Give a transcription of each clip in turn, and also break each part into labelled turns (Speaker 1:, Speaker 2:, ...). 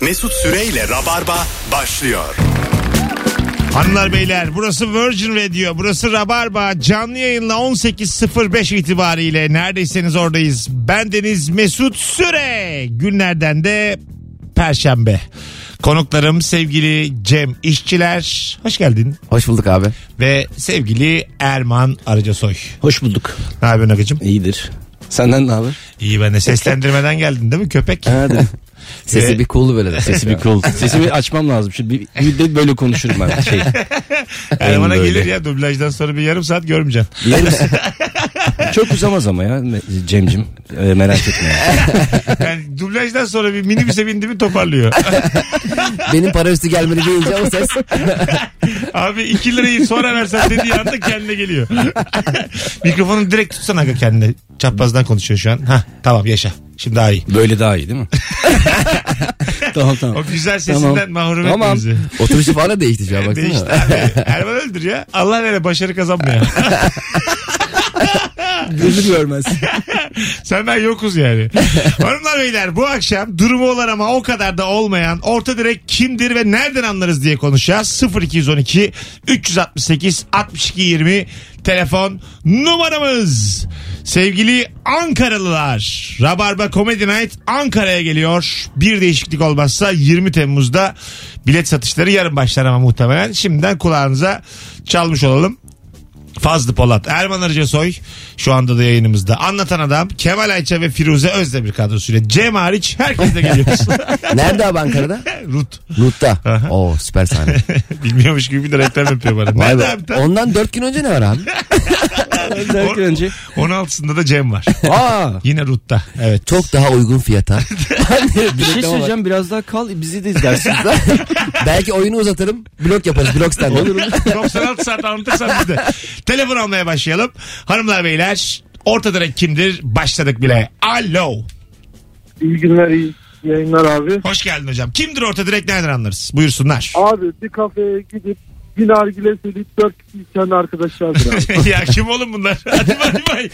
Speaker 1: Mesut Süreyle Rabarba başlıyor.
Speaker 2: Hanımlar beyler burası Virgin Radio burası Rabarba canlı yayınla 18.05 itibariyle neredeyseniz oradayız. Ben Deniz Mesut Süre günlerden de Perşembe. Konuklarım sevgili Cem İşçiler hoş geldin
Speaker 3: Hoş bulduk abi.
Speaker 2: ve sevgili Erman Arıcasoy.
Speaker 3: Hoş bulduk.
Speaker 2: Ne yapıyorsun Akıcım?
Speaker 4: İyidir. Senden ne haber?
Speaker 2: İyi ben de seslendirmeden geldin değil mi köpek?
Speaker 4: Hadi.
Speaker 3: Sesi
Speaker 2: Ee,
Speaker 3: bir cool böyle de.
Speaker 4: Sesi bir cool. Sesimi açmam lazım. Şimdi bir, bir de böyle konuşurum ben. Şey,
Speaker 2: Erman'a
Speaker 4: böyle.
Speaker 2: gelir ya dublajdan sonra bir yarım saat görmeyeceksin.
Speaker 4: yer misin? Çok uzamaz ama ya Me- Cemcim. Ee, merak etme. ya.
Speaker 2: Yani dublajdan sonra bir minibüse bindi mi toparlıyor.
Speaker 3: Benim para üstü gelmedi deyince o ses.
Speaker 2: Abi 2 lirayı sonra versen dediği anda kendine geliyor. Mikrofonu direkt tutsana aga kendine. Çaprazdan konuşuyor şu an. Hah tamam yaşa. Şimdi daha iyi.
Speaker 4: Böyle daha iyi değil mi? tamam tamam.
Speaker 2: O güzel sesinden mahrum etme
Speaker 4: Tamam.
Speaker 2: bizi.
Speaker 3: Oturuşu falan da değişti şu an baksana.
Speaker 2: Değişti abi. Erman öldür ya. Allah vere başarı kazanmıyor.
Speaker 4: Gözüm görmez.
Speaker 2: Sen ben yokuz yani. Hanımlar beyler bu akşam durumu olan ama o kadar da olmayan orta direk kimdir ve nereden anlarız diye konuşacağız. 0212 368 62 20 telefon numaramız. Sevgili Ankaralılar Rabarba Comedy Night Ankara'ya geliyor. Bir değişiklik olmazsa 20 Temmuz'da bilet satışları yarın başlar ama muhtemelen şimdiden kulağınıza çalmış olalım. Fazlı Polat, Erman Arıca Soy şu anda da yayınımızda. Anlatan Adam, Kemal Ayça ve Firuze Özdemir kadrosuyla. Cem hariç herkes de geliyoruz.
Speaker 3: Nerede abi Ankara'da?
Speaker 2: Rut.
Speaker 3: Lut'ta.
Speaker 2: Aha.
Speaker 3: Oo süper sahne.
Speaker 2: Bilmiyormuş gibi bir de reklam yapıyor bana.
Speaker 3: Vay
Speaker 2: Nerede
Speaker 3: be.
Speaker 2: abi? tam?
Speaker 3: Ondan 4 gün önce ne var abi?
Speaker 4: Belki önce.
Speaker 2: 16'sında da Cem var.
Speaker 4: Aa.
Speaker 2: Yine Rut'ta. Evet.
Speaker 3: Çok daha uygun fiyata.
Speaker 4: Bir şey söyleyeceğim biraz daha kal bizi de izlersin.
Speaker 3: Belki oyunu uzatırım. Blok yaparız. Blok stand.
Speaker 2: 96 saat anlatırsan biz de. Telefon almaya başlayalım. Hanımlar beyler orta direk kimdir? Başladık bile. Alo.
Speaker 5: İyi günler, iyi yayınlar abi.
Speaker 2: Hoş geldin hocam. Kimdir orta direk nereden anlarız? Buyursunlar.
Speaker 5: Abi bir kafeye gidip bir nargile söyleyip dört kişi içen arkadaşlardır abi.
Speaker 2: ya kim oğlum bunlar? Hadi bay bay.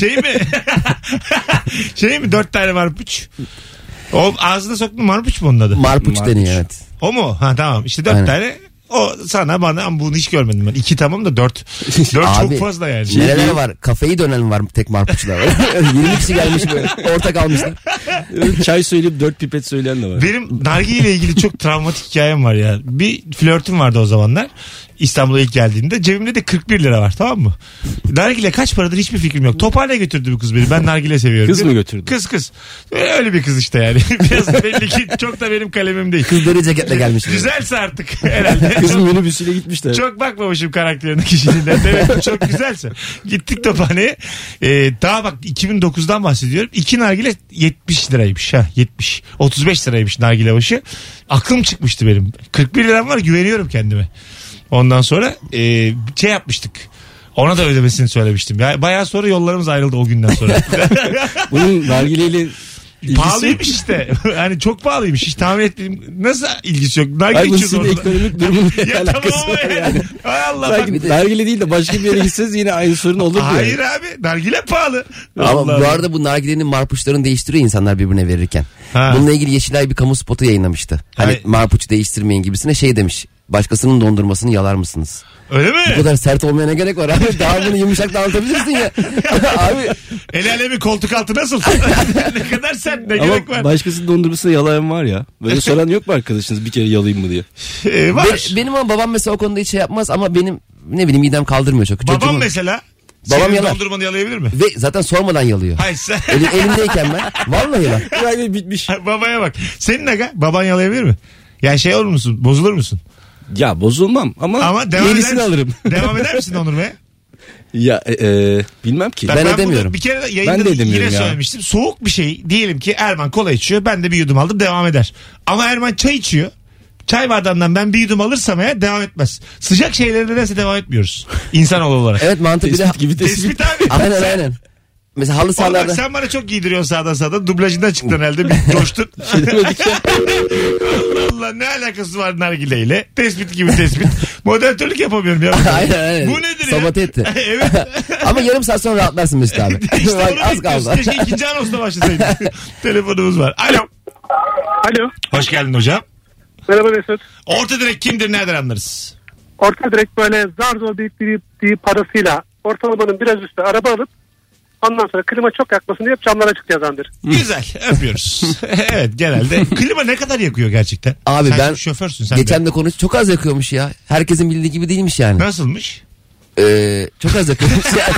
Speaker 2: Şey mi? şey mi? Dört tane marpuç. O ağzına soktun marpuç mu onun adı?
Speaker 3: Marpuç deniyor evet.
Speaker 2: O mu? Ha tamam. İşte dört
Speaker 3: Aynen.
Speaker 2: tane. O sana bana ama bunu hiç görmedim ben. İki tamam da dört. Dört
Speaker 3: Abi,
Speaker 2: çok fazla yani.
Speaker 3: Nereler var? Kafeyi dönen var tek marpuçlar. 20 kişi gelmiş böyle. Ortak almışlar.
Speaker 4: Çay söyleyip dört pipet söyleyen de var.
Speaker 2: Benim nargile ile ilgili çok travmatik hikayem var ya. Bir flörtüm vardı o zamanlar. İstanbul'a ilk geldiğimde. Cebimde de 41 lira var tamam mı? Nargile kaç paradır hiçbir fikrim yok. Tophane'ye götürdü bu kız beni. Ben nargile seviyorum.
Speaker 4: Kız mı
Speaker 2: Dedim,
Speaker 4: götürdü?
Speaker 2: Kız kız. Öyle bir kız işte yani. Biraz da belli ki çok da benim kalemim değil.
Speaker 3: Kız deri ceketle gelmiş.
Speaker 2: Güzelse artık herhalde.
Speaker 4: Kızın
Speaker 2: Çok-
Speaker 4: minibüsüyle gitmişler.
Speaker 2: Çok bakmamışım karakterine kişiliğine. Demek ki çok güzelse. Gittik tophaneye. Ee, daha bak 2009'dan bahsediyorum. İki nargile 70 liraymış ha 70. 35 liraymış nargile başı. Aklım çıkmıştı benim. 41 liram var güveniyorum kendime. Ondan sonra e, şey yapmıştık. Ona da ödemesini söylemiştim. Ya, bayağı sonra yollarımız ayrıldı o günden sonra.
Speaker 4: Bunun nargileyle ilgisi
Speaker 2: pahalıymış işte. Yani çok pahalıymış. Hiç tahmin etmedim. Nasıl ilgisi yok? Nargile
Speaker 4: Ay bu
Speaker 2: içiyoruz
Speaker 4: sizin
Speaker 2: orada.
Speaker 4: ekonomik durumun ne
Speaker 2: Ya tamam
Speaker 4: alakası
Speaker 2: ama
Speaker 4: var
Speaker 2: yani.
Speaker 4: yani.
Speaker 2: Hay Allah bak.
Speaker 4: Sanki nargile değil de başka bir yere gitseniz yine aynı sorun olur diyor.
Speaker 2: Hayır abi nargile pahalı.
Speaker 3: Ama
Speaker 2: Allah
Speaker 3: bu
Speaker 2: Allah.
Speaker 3: arada bu nargilenin marpuçlarını değiştiriyor insanlar birbirine verirken.
Speaker 2: Ha.
Speaker 3: Bununla ilgili Yeşilay bir kamu spotu yayınlamıştı. Hani
Speaker 2: Ay.
Speaker 3: marpuç değiştirmeyin gibisine şey demiş. Başkasının dondurmasını yalar mısınız?
Speaker 2: Öyle
Speaker 3: Bu
Speaker 2: mi?
Speaker 3: kadar sert olmaya ne gerek var abi? Daha bunu yumuşak dağıtabilirsin ya. abi
Speaker 2: El alemi koltuk altı nasıl? ne kadar sert ne gerek var?
Speaker 4: Ama başkasının dondurmasına yalayan var ya. Böyle soran yok mu arkadaşınız bir kere yalayayım mı diye.
Speaker 2: Ee, var.
Speaker 3: be- benim ama babam mesela o konuda hiç şey yapmaz ama benim ne bileyim midem kaldırmıyor çok.
Speaker 2: Babam
Speaker 3: Çocuğum-
Speaker 2: mesela
Speaker 3: Babam
Speaker 2: senin
Speaker 3: yalar.
Speaker 2: dondurmanı yalayabilir mi?
Speaker 3: Ve zaten sormadan yalıyor.
Speaker 2: Hayır sen...
Speaker 3: Elim, elimdeyken ben. Vallahi bak.
Speaker 4: Yani bitmiş.
Speaker 2: Babaya bak. Senin aga baban yalayabilir mi? Ya şey olur musun? Bozulur musun?
Speaker 4: Ya bozulmam ama,
Speaker 2: Ama devam eder
Speaker 4: yenisini
Speaker 2: misin?
Speaker 4: alırım.
Speaker 2: Devam eder misin Onurmaya?
Speaker 4: ya e, e, bilmem ki.
Speaker 3: Ben- edemiyorum.
Speaker 2: Bir kere de yayında
Speaker 4: Ben de edemiyorum
Speaker 2: yine
Speaker 4: ya.
Speaker 2: söylemiştim. Soğuk bir şey diyelim ki Erman kola içiyor. Ben de bir yudum aldım devam eder. Ama Erman çay içiyor. Çay bardağından ben bir yudum alırsam eğer devam etmez. Sıcak şeylere nedense devam etmiyoruz. İnsanoğlu olarak.
Speaker 3: Evet mantığı bir de...
Speaker 4: Tespit gibi tespit.
Speaker 2: Tespit abi.
Speaker 3: Aynen aynen. Mesela halı
Speaker 2: Oğlum bak
Speaker 3: sahalarda...
Speaker 2: sen bana çok giydiriyorsun sağdan sağdan. Dublajından çıktın herhalde. Bir coştun.
Speaker 4: Şey demedik ya.
Speaker 2: Allah Allah ne alakası var nargileyle? Tespit gibi tespit. Moderatörlük yapamıyorum ya.
Speaker 3: Aynen, aynen.
Speaker 2: Bu nedir ya?
Speaker 3: Sabote etti.
Speaker 2: evet.
Speaker 3: Ama yarım saat sonra rahatlarsın Mesut abi.
Speaker 2: İşte
Speaker 3: Bak,
Speaker 2: onu
Speaker 3: az
Speaker 2: bekliyoruz.
Speaker 3: kaldı.
Speaker 2: Keşke ikinci anonsla başlasaydın. Telefonumuz var. Alo.
Speaker 5: Alo.
Speaker 2: Hoş geldin hocam.
Speaker 5: Merhaba Mesut.
Speaker 2: Orta direk kimdir nereden anlarız?
Speaker 5: Orta direkt böyle zar zor biriktirdiği parasıyla ortalamanın biraz üstü araba alıp ondan sonra klima çok yakmasın diye hep camlara açık yazandır.
Speaker 2: Güzel öpüyoruz. evet genelde. Klima ne kadar yakıyor gerçekten?
Speaker 3: Abi
Speaker 2: sen
Speaker 3: ben
Speaker 2: şoförsün sen
Speaker 3: Geçen
Speaker 2: de.
Speaker 3: de konuş çok az yakıyormuş ya. Herkesin bildiği gibi değilmiş yani.
Speaker 2: Nasılmış?
Speaker 3: Ee, çok az yakıyormuş yani.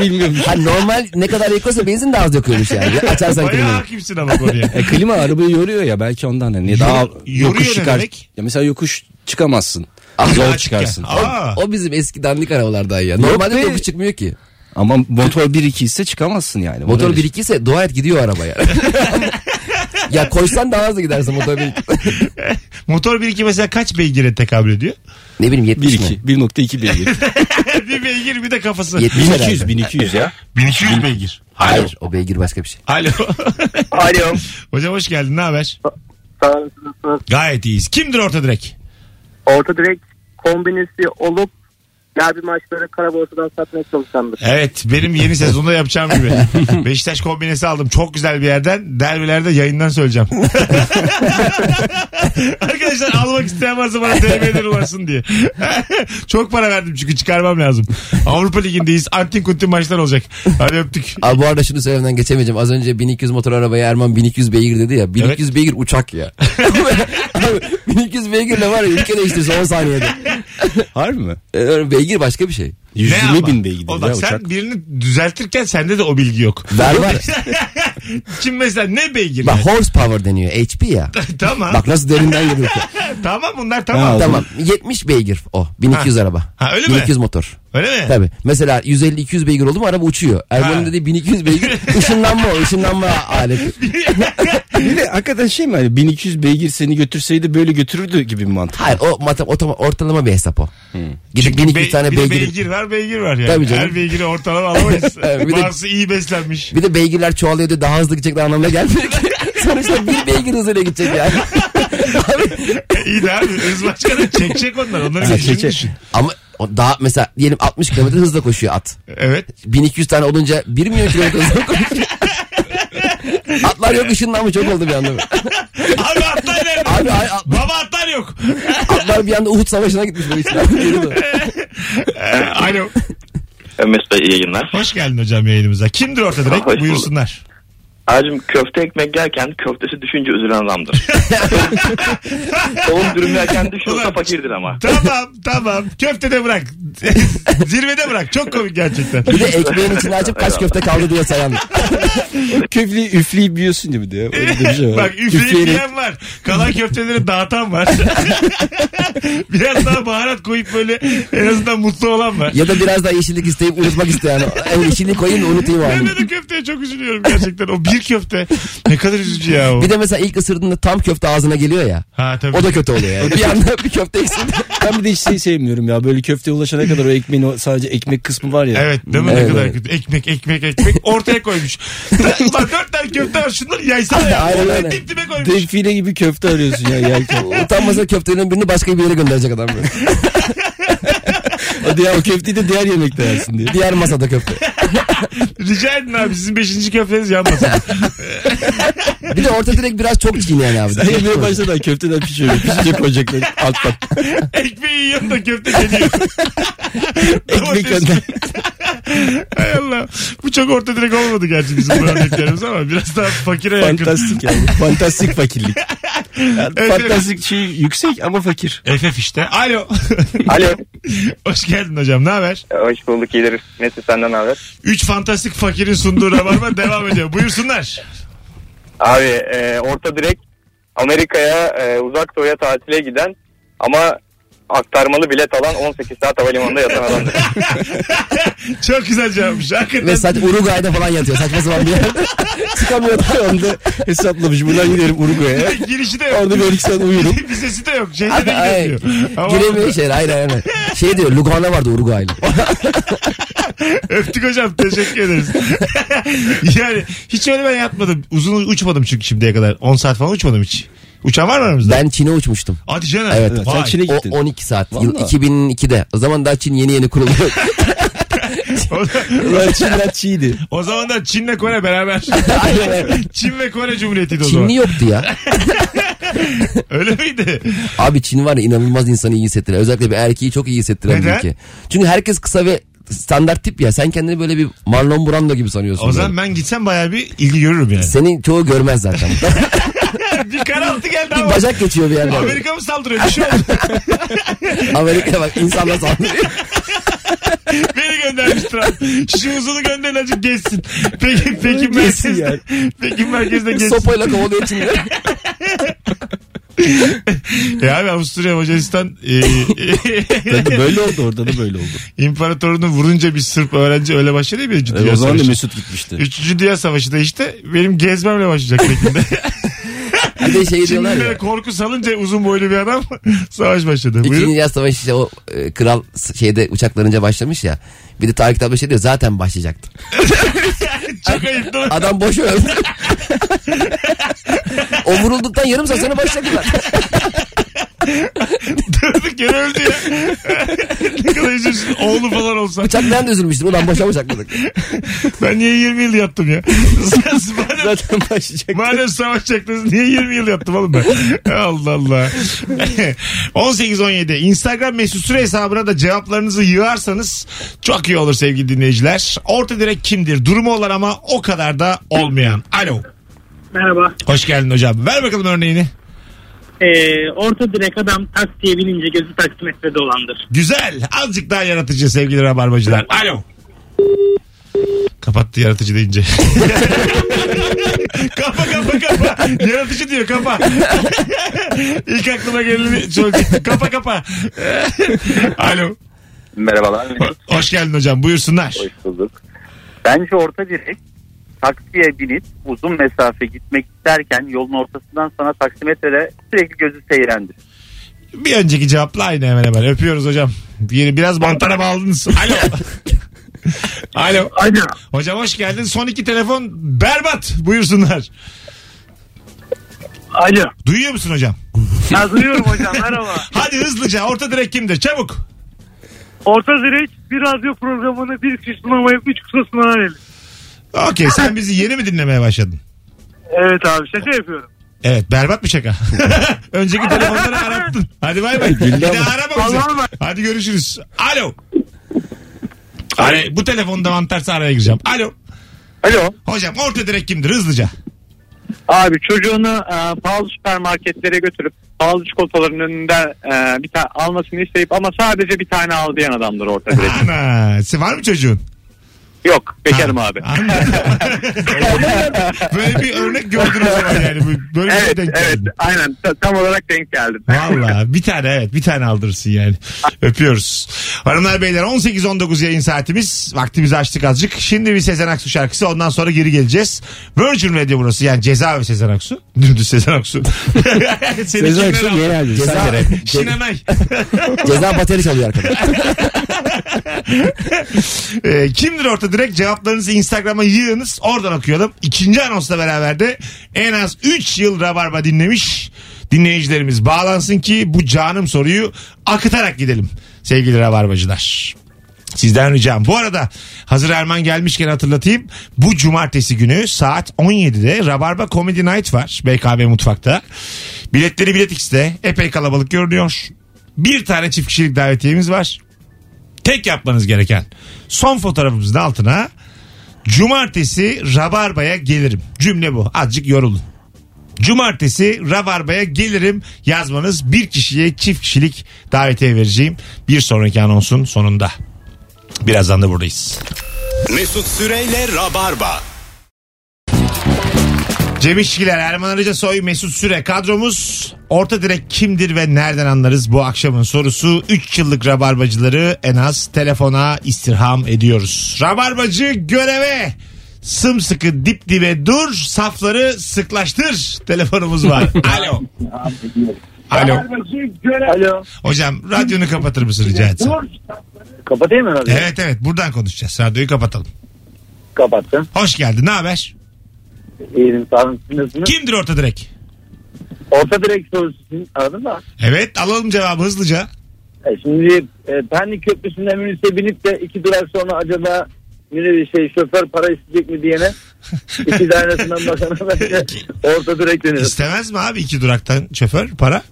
Speaker 4: Bilmiyorum.
Speaker 3: Hani normal ne kadar yakıyorsa benzin de az yakıyormuş yani. Ya Açarsan
Speaker 2: Bayağı
Speaker 3: klimayı.
Speaker 2: hakimsin ama konuya.
Speaker 4: E, klima arabayı yoruyor ya belki ondan hani daha
Speaker 2: yoruyor
Speaker 4: yokuş
Speaker 2: ne
Speaker 4: çıkar.
Speaker 2: demek? Ah,
Speaker 4: Ya mesela yokuş çıkamazsın.
Speaker 2: Açıkken.
Speaker 4: Zor çıkarsın.
Speaker 2: Aa,
Speaker 3: O bizim eski dandik arabalardan ya.
Speaker 4: be.
Speaker 3: Normalde yokuş çıkmıyor ki.
Speaker 4: Ama motor 1-2 ise çıkamazsın yani.
Speaker 3: Motor
Speaker 4: Olabilir.
Speaker 3: 1-2 ise dua et gidiyor araba ya. ya koşsan daha hızlı gidersin motor 1-2.
Speaker 2: motor 1-2 mesela kaç beygire tekabül ediyor?
Speaker 3: ne bileyim 70 mi?
Speaker 4: 1-2. 1.2 beygir.
Speaker 2: bir beygir bir de kafası.
Speaker 3: 70 herhalde.
Speaker 4: 1200 1200 ya.
Speaker 2: 1200 beygir. Alo.
Speaker 3: Hayır o beygir başka bir şey.
Speaker 2: Alo.
Speaker 5: Alo.
Speaker 2: Hocam hoş geldin ne haber? Gayet iyiyiz. Kimdir orta direk?
Speaker 5: Orta direkt kombinesi olup derbi maçları kara borsadan satmaya çalışandır.
Speaker 2: Evet benim yeni sezonda yapacağım gibi. Beşiktaş kombinesi aldım çok güzel bir yerden. Derbilerde yayından söyleyeceğim. Arkadaşlar almak isteyen varsa bana DM'den ulaşsın diye. çok para verdim çünkü çıkarmam lazım. Avrupa Ligi'ndeyiz. Antin kuntin maçlar olacak. Hadi öptük.
Speaker 3: Abi bu arada şunu söylemeden geçemeyeceğim. Az önce 1200 motor arabaya Erman 1200 beygir dedi ya. 1200 beygir uçak ya. Abi, 1200 beygirle var ya ülke değiştirse 10 saniyede.
Speaker 4: Harbi mi?
Speaker 3: Ee, Beygir başka bir şey.
Speaker 4: 120
Speaker 2: ama?
Speaker 4: bin beygir
Speaker 2: O
Speaker 4: ya
Speaker 2: bak
Speaker 4: uçak.
Speaker 2: Sen birini düzeltirken sende de o bilgi yok.
Speaker 3: Ver var.
Speaker 2: Kim mesela ne beygir?
Speaker 3: Bak horsepower deniyor. HP ya.
Speaker 2: tamam.
Speaker 3: Bak nasıl derinden geliyor. ki.
Speaker 2: Tamam bunlar tamam.
Speaker 4: Ha,
Speaker 3: tamam. 70 beygir o. 1200 araba.
Speaker 2: Ha, öyle mi?
Speaker 3: 1200 motor.
Speaker 2: Öyle mi?
Speaker 3: Tabii. Mesela 150-200 beygir oldu mu araba uçuyor. Erman'ın
Speaker 2: Ha.
Speaker 3: dediği 1200 beygir ışınlanma o. ışınlanma aleti.
Speaker 4: Bir de hakikaten şey mi hani 1200 beygir seni götürseydi böyle götürürdü gibi bir mantık.
Speaker 3: Hayır o mata, otoma- ortalama bir hesap o. Gidip 1200
Speaker 2: Hmm. Be-
Speaker 3: tane
Speaker 2: bir de
Speaker 3: beygir.
Speaker 2: beygir var beygir var yani.
Speaker 3: Tabii canım.
Speaker 2: Her beygiri ortalama alamayız.
Speaker 3: Evet, bir de-
Speaker 2: Bazısı iyi beslenmiş.
Speaker 3: Bir de beygirler çoğalıyor diye daha hızlı gidecekler anlamına gelmiyor ki. Sonuçta bir beygir hızıyla gidecek yani. Abi,
Speaker 2: iyi de abi hız başkanı çekecek onlar. Onların geçişini düşün.
Speaker 3: ama o daha mesela diyelim 60 km hızla koşuyor at.
Speaker 2: Evet.
Speaker 3: 1200 tane olunca 1 milyon kilometre hızla koşuyor. Atlar yok ışınlanma çok oldu bir anda.
Speaker 2: Abi atlar nerede?
Speaker 3: Abi, ay- a-
Speaker 2: Baba atlar yok.
Speaker 3: Atlar bir anda Uhud Savaşı'na gitmiş bu işler. Geri dön.
Speaker 2: Ee, Alo.
Speaker 6: Mesut Bey iyi yayınlar.
Speaker 2: Hoş geldin hocam yayınımıza. Kimdir orta direkt?
Speaker 6: Hoş bulduk.
Speaker 2: Buyursunlar.
Speaker 6: Abicim köfte ekmek yerken köftesi düşünce üzülen adamdır. Oğlum dürüm yerken
Speaker 2: Ulan.
Speaker 6: düşüyorsa fakirdir ama.
Speaker 2: Tamam tamam. Köftede bırak. Zirvede bırak. Çok komik gerçekten.
Speaker 3: Bir de ekmeğin içini açıp kaç köfte kaldı diye sayan.
Speaker 4: Köfli üfleyip yiyorsun gibi diyor. Öyle de bir şey var.
Speaker 2: Bak üfleyip
Speaker 4: Üfleyerek-
Speaker 2: yiyen var. Kalan köfteleri dağıtan var. Biraz daha baharat koyup böyle en azından mutlu olan var.
Speaker 3: Ya da biraz daha yeşillik isteyip unutmak isteyen. Yani yeşillik koyayım da unutayım
Speaker 2: Ben
Speaker 3: abi.
Speaker 2: de köfteye çok üzülüyorum gerçekten. O bir köfte ne kadar üzücü ya o.
Speaker 3: Bir de mesela ilk ısırdığında tam köfte ağzına geliyor ya.
Speaker 2: Ha tabii.
Speaker 3: O da kötü oluyor yani. bir anda bir köfte eksildi.
Speaker 4: Ben bir de hiç şey sevmiyorum ya. Böyle köfteye ulaşana kadar o ekmeğin o sadece ekmek kısmı var ya.
Speaker 2: Evet değil mi
Speaker 3: Evet,
Speaker 2: ne kadar
Speaker 3: evet.
Speaker 2: kötü. Ekmek ekmek ekmek ortaya koymuş. Ulan dört tane köfte var şunları yaysana ya.
Speaker 3: Aynen öyle.
Speaker 2: Dip dibe koymuş.
Speaker 4: Defile gibi köfte arıyorsun ya yerken.
Speaker 3: Utanmasa köftenin birini başka bir yere gönderecek adam böyle.
Speaker 4: Hadi ya o köfteyi de diğer yemekte yersin diye.
Speaker 3: Diğer masada köfte.
Speaker 2: Rica edin abi sizin beşinci köfteniz yanmasın.
Speaker 3: Bir de orta direkt biraz çok çiğneyen abi.
Speaker 4: Yemeye başladan köfteden pişiyor. Pişince koyacaklar alttan.
Speaker 2: Ekmeği yiyorsun da köfte geliyor.
Speaker 4: Ekmek önden.
Speaker 2: Hay Allah. Bu çok orta direkt olmadı gerçi bizim bu örneklerimiz ama biraz daha fakire yakın.
Speaker 4: Fantastik yani. Fantastik fakirlik. Yani
Speaker 2: Evet,
Speaker 4: fantastik şey yüksek ama fakir.
Speaker 2: FF işte. Alo.
Speaker 7: Alo.
Speaker 2: Hoş geldin hocam. Ne haber?
Speaker 7: Hoş bulduk iyidir. Mesut senden ne haber?
Speaker 2: Üç fantastik fakirin sunduğu rabarba devam ediyor. Buyursunlar.
Speaker 7: Abi e, orta direkt Amerika'ya e, uzak doğuya tatile giden ama aktarmalı bilet alan 18 saat havalimanında yatan adamdır.
Speaker 2: Çok güzel cevapmış. Hakikaten.
Speaker 3: Ve zaten Uruguay'da falan yatıyor. Saçma sapan bir yerde. Çıkamıyor da onda.
Speaker 4: Hesaplamış buradan giderim Uruguay'a.
Speaker 2: Girişi de yok.
Speaker 4: Orada bir iki saat uyurum.
Speaker 2: Vizesi de yok. Şeyde
Speaker 3: Abi,
Speaker 2: de
Speaker 3: ay,
Speaker 2: gidiyor. Ama
Speaker 3: giremiyor şey. Hayır hayır. hayır. Şey diyor Lugano vardı Uruguaylı.
Speaker 2: Öptük hocam. Teşekkür ederiz. yani hiç öyle ben yatmadım. Uzun uçmadım çünkü şimdiye kadar. 10 saat falan uçmadım hiç. Uçan var mı aramızda?
Speaker 3: Ben Çin'e uçmuştum.
Speaker 2: Hadi canım.
Speaker 3: Evet, evet.
Speaker 2: Vay.
Speaker 4: Sen Çin'e
Speaker 3: O
Speaker 4: gittin.
Speaker 3: 12 saat. Yıl
Speaker 4: Vallahi.
Speaker 3: 2002'de. O zaman daha Çin yeni yeni kuruluyor.
Speaker 2: O,
Speaker 4: Ulan Çin'den Çiğ'di.
Speaker 2: o zaman da Çin'le Kore beraber. Çin ve Kore Cumhuriyeti'ydi o zaman.
Speaker 3: Çinli yoktu ya.
Speaker 2: Öyle miydi?
Speaker 3: Abi Çin var ya inanılmaz insanı iyi hissettiren. Özellikle bir erkeği çok iyi hissettiren
Speaker 2: Neden?
Speaker 3: bir ülke. Çünkü herkes kısa ve standart tip ya. Sen kendini böyle bir Marlon Brando gibi sanıyorsun.
Speaker 2: O zaman
Speaker 3: böyle.
Speaker 2: ben gitsem bayağı bir ilgi görürüm yani.
Speaker 3: Seni çoğu görmez zaten.
Speaker 2: bir karaltı geldi
Speaker 3: bir
Speaker 2: ama.
Speaker 3: bacak geçiyor bir yerden. Amerika.
Speaker 2: Amerika mı saldırıyor? Bir şey oldu.
Speaker 3: Amerika'ya bak insanlar saldırıyor.
Speaker 2: Beni göndermiş Trump. Şu uzunu gönderin azıcık geçsin. Peki, peki
Speaker 4: Geçsin
Speaker 2: merkezde. Peki merkezde geçsin.
Speaker 3: Sopayla kovalıyor Çinliler.
Speaker 2: Ya E abi Avusturya Macaristan e, e,
Speaker 4: Tabii böyle oldu orada da böyle oldu.
Speaker 2: imparatorunu vurunca bir Sırp öğrenci öyle başladı ya bir Üçüncü
Speaker 4: E, o
Speaker 2: Dünya
Speaker 4: zaman da
Speaker 2: Savaşı.
Speaker 4: Mesut gitmişti.
Speaker 2: Üçüncü Dünya Savaşı da işte benim gezmemle başlayacak şeklinde.
Speaker 3: Bir de şey diyorlar
Speaker 2: Çinlilere
Speaker 3: ya.
Speaker 2: korku salınca uzun boylu bir adam savaş başladı.
Speaker 3: İkinci
Speaker 2: Buyurun.
Speaker 3: Dünya Savaşı işte o e, kral s- şeyde uçaklanınca başlamış ya. Bir de tarih kitabı şey diyor zaten başlayacaktı.
Speaker 2: Çok ayıp değil mi?
Speaker 3: Adam boş öldü. o vurulduktan yarım saat sonra başladılar.
Speaker 2: Durduk yere öldü ya. ne kadar üzülsün. Oğlu falan olsa.
Speaker 3: Bıçak nerede üzülmüştür? Ulan boşa bıçakladık.
Speaker 2: Ben niye 20 yıl yattım ya? Madem-
Speaker 4: Zaten başlayacak.
Speaker 2: Madem savaşacaktınız niye 20 yıl yaptım oğlum ben? Allah Allah. 18-17 Instagram mesut süre hesabına da cevaplarınızı yığarsanız çok iyi olur sevgili dinleyiciler. Orta direk kimdir? Durumu olan ama o kadar da olmayan. Alo.
Speaker 8: Merhaba.
Speaker 2: Hoş geldin hocam. Ver bakalım örneğini.
Speaker 8: Ee, orta direk adam taksiye binince gözü taksimetrede olandır.
Speaker 2: Güzel. Azıcık daha yaratıcı sevgili rabarbacılar. Alo. Kapattı yaratıcı deyince. kapa kapa kapa. Yaratıcı diyor kapa. İlk aklıma geleni söyleyecektim. Kapa kapa. Alo.
Speaker 7: Merhabalar.
Speaker 2: Ho- Hoş geldin hocam. Buyursunlar.
Speaker 7: Hoş bulduk. Bence orta direk taksiye binip uzun mesafe gitmek isterken yolun ortasından sana taksimetrede sürekli gözü seyrendir.
Speaker 2: Bir önceki cevapla aynı hemen hemen. Öpüyoruz hocam. Bir, biraz mantara bağladınız. Alo. Alo.
Speaker 8: Aynen.
Speaker 2: Hocam hoş geldin. Son iki telefon berbat. Buyursunlar.
Speaker 8: Alo.
Speaker 2: Duyuyor musun hocam?
Speaker 8: Ya duyuyorum hocam merhaba.
Speaker 2: Hadi hızlıca orta direk kimdir? Çabuk.
Speaker 8: Orta direk bir radyo programını bir kişi sunamayıp üç kısa sunan el.
Speaker 2: Okey sen bizi yeni mi dinlemeye başladın?
Speaker 8: Evet abi şaka yapıyorum.
Speaker 2: Evet berbat bir şaka. Önceki telefonları arattın. Hadi bay bay. Bir
Speaker 4: Gündem
Speaker 2: de
Speaker 4: var.
Speaker 2: arama bizi.
Speaker 8: Vallahi var.
Speaker 2: Hadi görüşürüz. Alo. Are, bu telefonda mantarsa araya gireceğim. Alo.
Speaker 7: Alo.
Speaker 2: Hocam orta direk kimdir hızlıca?
Speaker 7: Abi çocuğunu e, pahalı süpermarketlere götürüp pahalı çikolataların önünde e, bir tane almasını isteyip ama sadece bir tane al diyen adamdır orta direk.
Speaker 2: Ana. Sen var mı çocuğun?
Speaker 7: Yok bekarım abi.
Speaker 2: Anladım. Böyle bir örnek gördünüz zaman yani. Bu- Böyle bir şey
Speaker 7: Evet
Speaker 2: denk
Speaker 7: evet
Speaker 2: geldi.
Speaker 7: aynen Ta- tam olarak denk geldim.
Speaker 2: Valla bir tane evet bir tane aldırırsın yani. Öpüyoruz. Hanımlar beyler 18-19 yayın saatimiz. Vaktimizi açtık azıcık. Şimdi bir Sezen Aksu şarkısı ondan sonra geri geleceğiz. Virgin Radio burası yani ceza ve Sezen Aksu. Dümdüz Sezen Aksu. Seni
Speaker 4: Sezen
Speaker 2: kimler
Speaker 4: Aksu
Speaker 2: aldı?
Speaker 4: yeni aldı.
Speaker 3: Ceza-
Speaker 4: Sen yere.
Speaker 2: Şinanay.
Speaker 3: Ceza bateri çalıyor arkadaş.
Speaker 2: Ee, kimdir orta direkt cevaplarınızı Instagram'a yığınız oradan okuyalım. İkinci anonsla beraber de en az 3 yıl Rabarba dinlemiş dinleyicilerimiz bağlansın ki bu canım soruyu akıtarak gidelim sevgili Rabarbacılar. Sizden ricam. Bu arada hazır Erman gelmişken hatırlatayım. Bu cumartesi günü saat 17'de Rabarba Comedy Night var BKB Mutfak'ta. Biletleri Bilet X'de epey kalabalık görünüyor. Bir tane çift kişilik davetiyemiz var. Tek yapmanız gereken son fotoğrafımızın altına cumartesi Rabarba'ya gelirim. Cümle bu. Azıcık yorulun. Cumartesi Rabarba'ya gelirim yazmanız bir kişiye çift kişilik davetiye vereceğim. Bir sonraki anonsun sonunda. Birazdan da buradayız.
Speaker 1: Mesut Süreyle Rabarba.
Speaker 2: Cem İşçiler, Erman Arıca Soy, Mesut Süre kadromuz. Orta direk kimdir ve nereden anlarız bu akşamın sorusu. 3 yıllık rabarbacıları en az telefona istirham ediyoruz. Rabarbacı göreve sımsıkı dip dibe dur safları sıklaştır telefonumuz var. Alo. Alo.
Speaker 5: Alo.
Speaker 2: Hocam radyonu kapatır mısın rica etsem?
Speaker 5: Kapatayım mı? radyoyu?
Speaker 2: Evet evet buradan konuşacağız. Radyoyu kapatalım.
Speaker 5: Kapattım.
Speaker 2: Hoş geldin ne haber?
Speaker 5: İyiyim sağ olun. Siz nasılsınız?
Speaker 2: Kimdir orta direk?
Speaker 5: Orta direkt sorusu sizin aradın mı?
Speaker 2: Evet alalım cevabı hızlıca.
Speaker 9: E, Şimdi e, Pendik Köprüsü'nden minibüse binip de iki durak sonra acaba minibüs şey, şoför para isteyecek mi diyene iki tanesinden bakana bence orta direkt dönüyoruz.
Speaker 2: İstemez mi abi iki duraktan şoför para?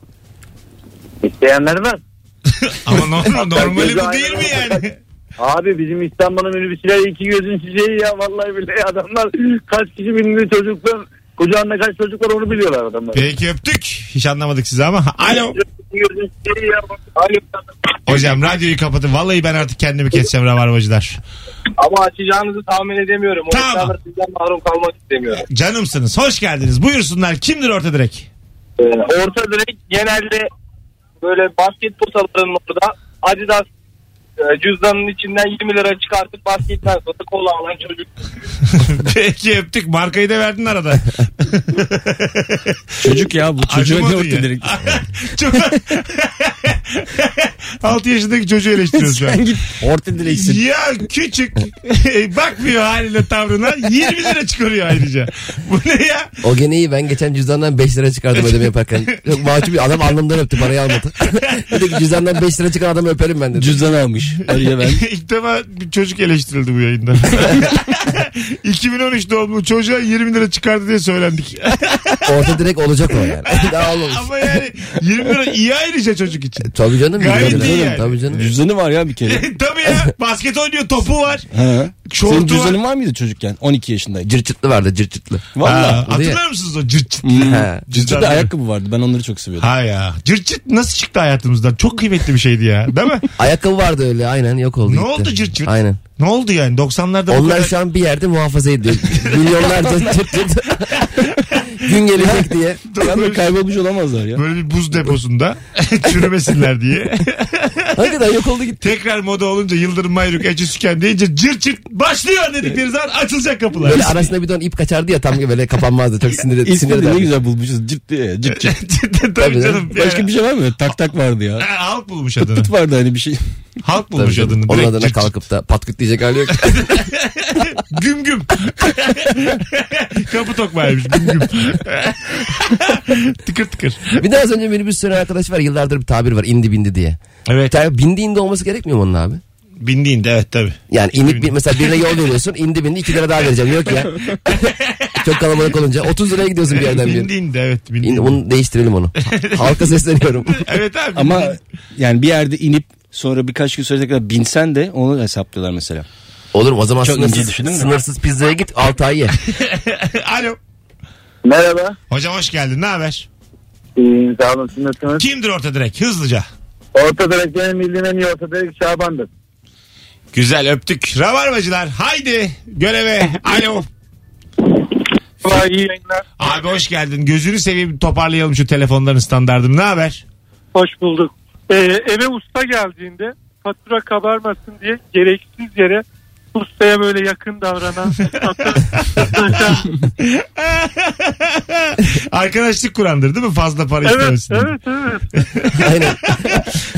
Speaker 9: İsteyenler var.
Speaker 2: Ama normal, normali
Speaker 9: gözü
Speaker 2: bu değil
Speaker 9: aynalı
Speaker 2: mi yani?
Speaker 9: Abi bizim İstanbul'un minibüsçüleri iki gözün çiçeği ya vallahi billahi adamlar kaç kişi bindi çocuklar kucağında kaç çocuk var onu biliyorlar adamlar.
Speaker 2: Peki öptük. Hiç anlamadık sizi ama. Alo.
Speaker 9: İki gözün çiçeği ya vallahi-
Speaker 2: Hocam radyoyu kapatın. Vallahi ben artık kendimi keseceğim rabarbacılar.
Speaker 9: Ama açacağınızı tahmin edemiyorum. O
Speaker 2: Tamam.
Speaker 9: insanlar sizden mahrum kalmak istemiyorum.
Speaker 2: Canımsınız. Hoş geldiniz. Buyursunlar. Kimdir orta direk?
Speaker 9: Ee, orta direk genelde böyle basket potalarının orada Adidas e, cüzdanın içinden 20 lira çıkartıp basketten sonra kola alan çocuk.
Speaker 2: Peki öptük. Markayı da verdin arada.
Speaker 4: Çocuk ya bu çocuğa ne
Speaker 2: Acımadın
Speaker 4: orta
Speaker 2: ya.
Speaker 4: direkt.
Speaker 2: Çok... 6 yaşındaki çocuğu eleştiriyoruz şu an.
Speaker 4: Sen git orta direksin.
Speaker 2: Ya küçük e, bakmıyor haline tavrına 20 lira çıkarıyor ayrıca. Bu ne ya?
Speaker 3: O gene iyi ben geçen cüzdandan 5 lira çıkardım ödeme yaparken. Çok mahcup bir adam alnımdan öptü parayı almadı. Dedi ki cüzdandan 5 lira çıkan adamı öperim ben dedi.
Speaker 4: Cüzdan almış. Araya ben.
Speaker 2: İlk defa bir çocuk eleştirildi bu yayında. 2013 doğumlu çocuğa 20 lira çıkardı diye söylendik.
Speaker 3: Orta direkt olacak o yani. Daha olmamış.
Speaker 2: Ama yani 20 lira iyi ayrıca çocuk için.
Speaker 3: Tabii canım.
Speaker 2: Gayet
Speaker 3: tabii
Speaker 2: iyi
Speaker 3: canım,
Speaker 2: yani.
Speaker 3: Tabii canım.
Speaker 4: Cüzdanı var ya bir kere.
Speaker 2: Tabii ya basket oynuyor topu var.
Speaker 4: Ha. Senin
Speaker 2: Şortu var.
Speaker 4: cüzdanın var mıydı çocukken? 12 yaşında.
Speaker 3: Cırçıtlı vardı cırçıtlı.
Speaker 2: Ha,
Speaker 4: Valla.
Speaker 2: hatırlar mısınız o cırt cırt?
Speaker 4: Hmm.
Speaker 3: Ha.
Speaker 4: Cüzdanında
Speaker 2: Cüzdan-
Speaker 4: ayakkabı vardı. Ben onları çok seviyordum.
Speaker 2: Ha ya. Cırt cırt nasıl çıktı hayatımızdan? Çok kıymetli bir şeydi ya. Değil mi?
Speaker 3: Ayakkabı vardı öyle aynen yok oldu
Speaker 2: ne
Speaker 3: gitti.
Speaker 2: oldu cırt cırt?
Speaker 3: Aynen.
Speaker 2: Ne oldu yani? 90'larda bu
Speaker 3: Onlar
Speaker 2: kadar-
Speaker 3: şu an bir yerde muhafaza ediyor. Milyonlarca cırt cırt. Gün gelecek diye.
Speaker 4: Yalnız kaybolmuş olamazlar ya.
Speaker 2: Böyle bir buz deposunda çürümesinler diye.
Speaker 3: Hakikaten yok oldu gitti.
Speaker 2: Tekrar moda olunca Yıldırım Mayruk, Ece Süken deyince cırt cırt başlıyor dedikleri zaman açılacak kapılar.
Speaker 3: Böyle arasında bir don ip kaçardı ya tam gibi böyle kapanmazdı. Çok sinir, sinir
Speaker 4: İsmini de ne
Speaker 3: ederdi.
Speaker 4: güzel bulmuşuz. Cip diye. Cip cip.
Speaker 2: Tabii canım.
Speaker 4: Başka
Speaker 2: Yani-
Speaker 4: bir şey var mı? Tak tak vardı ya.
Speaker 2: Ha, Halk bulmuş
Speaker 4: Pıt
Speaker 2: adını.
Speaker 4: pıt vardı hani bir şey.
Speaker 2: Halk
Speaker 3: Tabii
Speaker 2: bulmuş
Speaker 3: canım.
Speaker 2: adını.
Speaker 3: Onun
Speaker 2: Direkt
Speaker 3: adına
Speaker 2: cırt cırt.
Speaker 3: kalkıp da patkıt diyecek hali yok.
Speaker 2: Güm güm. Kapı tokmaymış güm güm. tıkır tıkır.
Speaker 3: bir de az önce minibüs süren arkadaş var. Yıllardır bir tabir var indi bindi diye. Bir
Speaker 2: Evet.
Speaker 3: tane bindi indi olması gerekmiyor mu onun abi?
Speaker 2: Bindiğinde evet tabii.
Speaker 3: Yani inip
Speaker 2: bindi.
Speaker 3: bir, mesela birine yol veriyorsun indi bindi 2 lira daha vereceğim. Yok ya. Çok kalabalık olunca 30 liraya gidiyorsun bir yerden bir yere.
Speaker 2: Bindiğinde evet.
Speaker 3: İn,
Speaker 2: Bindiğinde.
Speaker 3: onu değiştirelim onu. Halka sesleniyorum.
Speaker 2: Evet abi.
Speaker 4: Ama yani bir yerde inip sonra birkaç gün sonra tekrar binsen de onu hesaplıyorlar mesela.
Speaker 3: Olur mu? O zaman
Speaker 4: Çok ince
Speaker 3: sınırsız,
Speaker 4: düşündün mü?
Speaker 3: sınırsız pizzaya git 6 ay ye.
Speaker 2: Alo.
Speaker 9: Merhaba.
Speaker 2: Hocam hoş geldin. Ne haber?
Speaker 9: İyiyim sağ olun siz nasılsınız?
Speaker 2: Kimdir orta direkt? Hızlıca.
Speaker 9: Orta direk benim bildiğim en iyi orta direk Şaban'dır.
Speaker 2: Güzel öptük. Rabarbacılar haydi göreve. Alo.
Speaker 8: iyi yayınlar.
Speaker 2: Abi hoş geldin. Gözünü seveyim toparlayalım şu telefonların standartını. Ne haber?
Speaker 8: Hoş bulduk. Ee, eve usta geldiğinde fatura kabarmasın diye gereksiz yere ustaya böyle yakın davranan
Speaker 2: Arkadaşlık kurandır değil mi? Fazla para
Speaker 8: evet
Speaker 2: istemesin.
Speaker 8: evet evet.
Speaker 3: Aynen.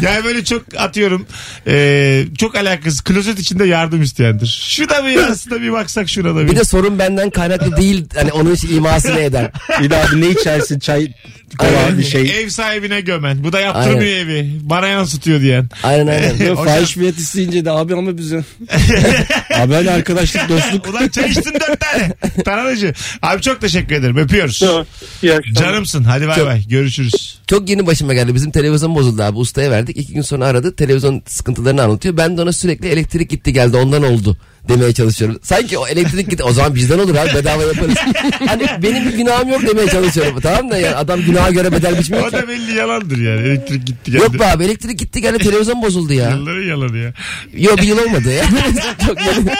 Speaker 2: Yani böyle çok atıyorum e, çok alakası klozet içinde yardım isteyendir. Şu da bir aslında bir baksak şuna da bir.
Speaker 3: Bir de sorun benden kaynaklı değil. Hani onun için imasını eden.
Speaker 4: Bir de abi ne içersin çay kola bir şey.
Speaker 2: Ev sahibine gömen. Bu da yaptırmıyor evi. Bana yansıtıyor diyen.
Speaker 3: Aynen aynen.
Speaker 4: Ya
Speaker 2: Hocam-
Speaker 4: Fahiş fiyat isteyince de abi ama bize. abi hani arkadaşlık dostluk.
Speaker 2: Ulan çay içtin dört tane. Tanrıcı. Abi çok teşekkür ederim. Öpüyoruz.
Speaker 8: İyi akşamlar.
Speaker 2: Canımsın. Hadi bay bay. Görüşürüz.
Speaker 3: Çok yeni başıma geldi. Bizim televizyon bozuldu abi. Ustaya verdik. İki gün sonra aradı. Televizyon sıkıntılarını anlatıyor. Ben de ona sürekli elektrik gitti geldi. Ondan oldu demeye çalışıyorum. Sanki o elektrik gitti. O zaman bizden olur abi. Bedava yaparız. hani benim bir günahım yok demeye çalışıyorum. Tamam da yani adam günaha göre bedel biçmiyor
Speaker 2: O
Speaker 3: ki.
Speaker 2: da belli yalandır yani. Elektrik gitti geldi.
Speaker 3: Yok be abi elektrik gitti geldi televizyon bozuldu ya.
Speaker 2: Yılların yalanı ya.
Speaker 3: Yok bir yıl olmadı ya. Çok yeni.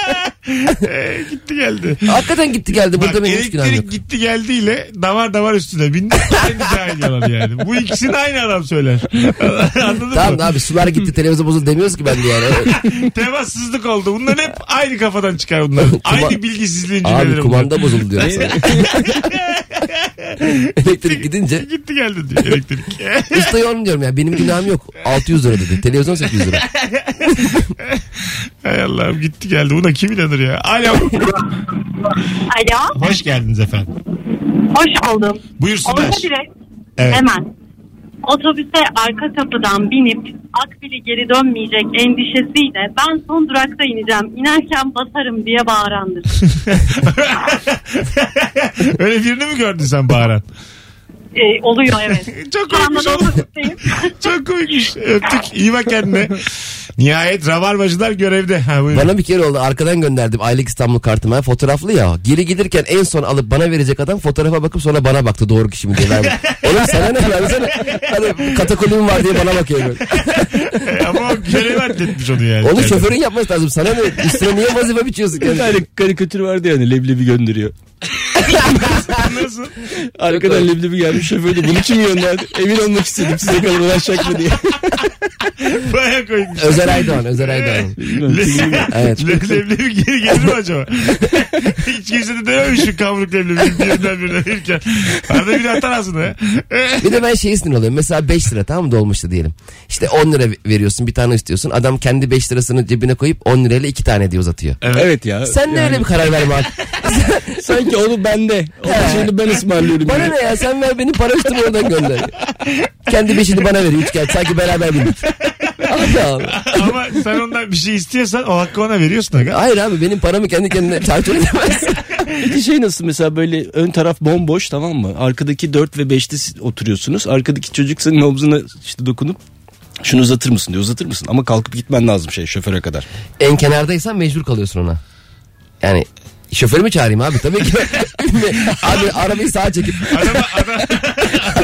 Speaker 2: Ee, gitti geldi.
Speaker 3: Hakikaten gitti geldi. Burada
Speaker 2: Bak,
Speaker 3: benim hiç günahım yok.
Speaker 2: elektrik gitti geldiyle damar damar üstüne bindi. Kendi cahil yalan yani. Bu ikisini aynı adam söyler. Anladın
Speaker 3: Tamam
Speaker 2: mı?
Speaker 3: da abi sular gitti televizyon bozuldu demiyoruz ki ben de yani.
Speaker 2: Temassızlık oldu. Bunlar hep aynı kafadan çıkar bunlar. aynı bilgisizliğin cümleleri.
Speaker 3: abi
Speaker 2: bunlar.
Speaker 3: kumanda bozuldu diyor sana. elektrik gidince
Speaker 2: E, Gitti geldi diyor elektrik. Eh,
Speaker 3: ustaya onu diyorum ya benim günahım yok. 600 lira dedi. Televizyon 800 lira.
Speaker 2: Hay Allah'ım gitti geldi. Buna kim inanır ya? Alo.
Speaker 10: Alo.
Speaker 2: Hoş geldiniz efendim.
Speaker 10: Hoş buldum.
Speaker 2: Buyursunlar.
Speaker 10: Orta direkt.
Speaker 2: Evet.
Speaker 10: Hemen. Otobüse arka kapıdan binip akbili geri dönmeyecek endişesiyle ben son durakta ineceğim inerken batarım diye bağırandır.
Speaker 2: Öyle birini mi gördün sen bağıran?
Speaker 10: Ee, oluyor evet.
Speaker 2: Çok
Speaker 10: Şu anda
Speaker 2: komikmiş
Speaker 10: da
Speaker 2: oğlum.
Speaker 10: otobüsteyim.
Speaker 2: Çok komikmiş. Öptük. İyi bak kendine. Nihayet rabarbacılar görevde. Ha, buyurun.
Speaker 3: Bana bir kere oldu arkadan gönderdim aylık İstanbul kartıma fotoğraflı ya. Geri giderken en son alıp bana verecek adam fotoğrafa bakıp sonra bana baktı doğru kişi mi diye. Ben, Oğlum sana ne versene. Hani katakulüm var diye bana bakıyor. böyle.
Speaker 2: Ama o görevi halletmiş onu yani.
Speaker 3: Oğlum
Speaker 2: Kendisi.
Speaker 3: şoförün yapması lazım. Sana ne? Üstüne niye vazife biçiyorsun?
Speaker 4: Bir
Speaker 3: kendine?
Speaker 4: tane karikatür vardı yani leblebi gönderiyor.
Speaker 2: Nasıl?
Speaker 4: Arkadan leblebi gelmiş şoför de bunu kim gönderdi? Emin olmak istedim size kadar ulaşacak mı diye.
Speaker 2: Baya koymuş.
Speaker 3: Özer Aydoğan, Özer Aydoğan. Evet.
Speaker 2: Leblebi geri gelir mi acaba? Hiç kimse de dememiş şu kavruk leblebi birinden birine verirken. Arada bir atar aslında.
Speaker 3: Bir de ben şey sinir oluyorum. Mesela 5 lira tamam mı dolmuştu diyelim. İşte 10 lira veriyorsun bir tane istiyorsun. Adam kendi 5 lirasını cebine koyup 10 lirayla 2 tane diye uzatıyor.
Speaker 4: Evet ya.
Speaker 3: Sen de öyle bir karar verme abi.
Speaker 4: Sanki onu bende. Onun şeyini ben ısmarlıyorum.
Speaker 3: Bana
Speaker 4: yani.
Speaker 3: ne ya sen ver benim para üstümü oradan gönder. Kendi beşini bana veriyor üç kağıt. Sanki beraber bindik. Allah Allah.
Speaker 2: Ama sen ondan bir şey istiyorsan o hakkı ona veriyorsun. Aga.
Speaker 3: Hayır abi benim paramı kendi kendine çarçur edemez.
Speaker 4: Peki şey nasıl mesela böyle ön taraf bomboş tamam mı? Arkadaki 4 ve 5'te oturuyorsunuz. Arkadaki çocuk senin omzuna işte dokunup şunu uzatır mısın diyor uzatır mısın? Ama kalkıp gitmen lazım şey şoföre kadar.
Speaker 3: En kenardaysan mecbur kalıyorsun ona. Yani şoförü mü çağırayım abi? Tabii ki. abi arabayı sağa çekip.
Speaker 2: Adama, adam,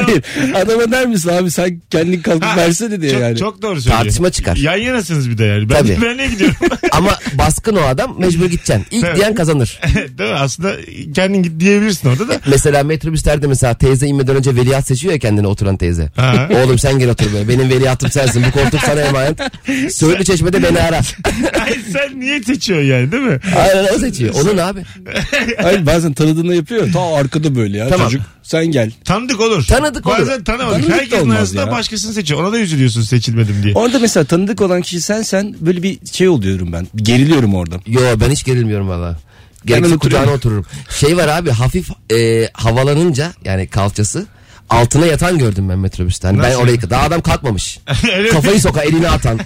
Speaker 4: Hayır adama der misin abi sen kendin kalkıp versene diye
Speaker 2: çok,
Speaker 4: yani.
Speaker 2: çok doğru söylüyor.
Speaker 3: Tartışma çıkar.
Speaker 2: Yan yanasınız bir de yani. Ben,
Speaker 3: Tabii.
Speaker 2: ben niye gidiyorum?
Speaker 3: Ama baskın o adam mecbur gideceksin. İlk
Speaker 2: Evet.
Speaker 3: diyen kazanır.
Speaker 2: Değil mi? Aslında kendin git diyebilirsin orada da.
Speaker 3: Mesela metrobüslerde mesela teyze inmeden önce veliaht seçiyor ya kendine oturan teyze.
Speaker 2: Ha.
Speaker 3: Oğlum sen gel otur böyle. Benim veliahtım sensin. Bu koltuk sana emanet. Söğütlü çeşmede beni ara.
Speaker 2: Ay sen niye seçiyorsun yani değil mi?
Speaker 3: Aynen o seçiyor. Onun abi.
Speaker 4: Hayır bazen tanıdığına yapıyor. Ta arkada böyle ya
Speaker 3: Tamam.
Speaker 4: çocuk. Sen gel.
Speaker 2: Tanıdık olur.
Speaker 3: Tanıdık olur.
Speaker 2: Bazen tanımadık.
Speaker 4: Tanıdık da
Speaker 2: Herkesin
Speaker 4: olmaz
Speaker 2: arasında
Speaker 4: ya.
Speaker 2: başkasını seçiyor. Ona da üzülüyorsun seçilmedim diye.
Speaker 4: Orada mesela tanıdık olan kişi sensen böyle bir şey oluyorum ben. Geriliyorum orada.
Speaker 3: Yo ben hiç gerilmiyorum valla.
Speaker 4: Hemen
Speaker 3: Gerekirse
Speaker 4: oturuyorum.
Speaker 3: kucağına otururum. Şey var abi hafif e, havalanınca yani kalçası altına yatan gördüm ben metrobüsten. Ben
Speaker 2: Nasıl?
Speaker 3: orayı daha adam kalkmamış.
Speaker 2: Öyle mi?
Speaker 3: Kafayı soka elini atan.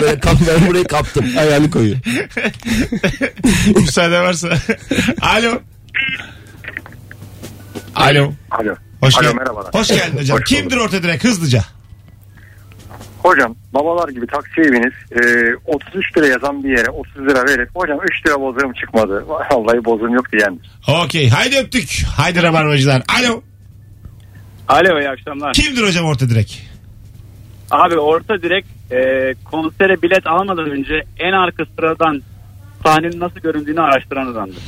Speaker 3: Böyle kap, ben burayı kaptım.
Speaker 4: Ayağını koyuyor.
Speaker 2: Müsaade varsa. Alo. Alo.
Speaker 5: Alo.
Speaker 2: Hoş
Speaker 5: Alo,
Speaker 2: geldin.
Speaker 5: merhabalar.
Speaker 2: Hoş geldin hocam.
Speaker 5: Hoş
Speaker 2: Kimdir orta direkt hızlıca?
Speaker 5: Hocam babalar gibi taksiye binip e, 33 lira yazan bir yere 30 lira verip hocam 3 lira bozuğum çıkmadı. Vallahi bozuğum yok diyen.
Speaker 2: Okey. Haydi öptük. Haydi rabarbacılar. Alo.
Speaker 11: Alo iyi akşamlar.
Speaker 2: Kimdir hocam orta direkt?
Speaker 11: Abi orta direkt e, konsere bilet almadan önce en arka sıradan sahnenin nasıl göründüğünü araştıran adamdır.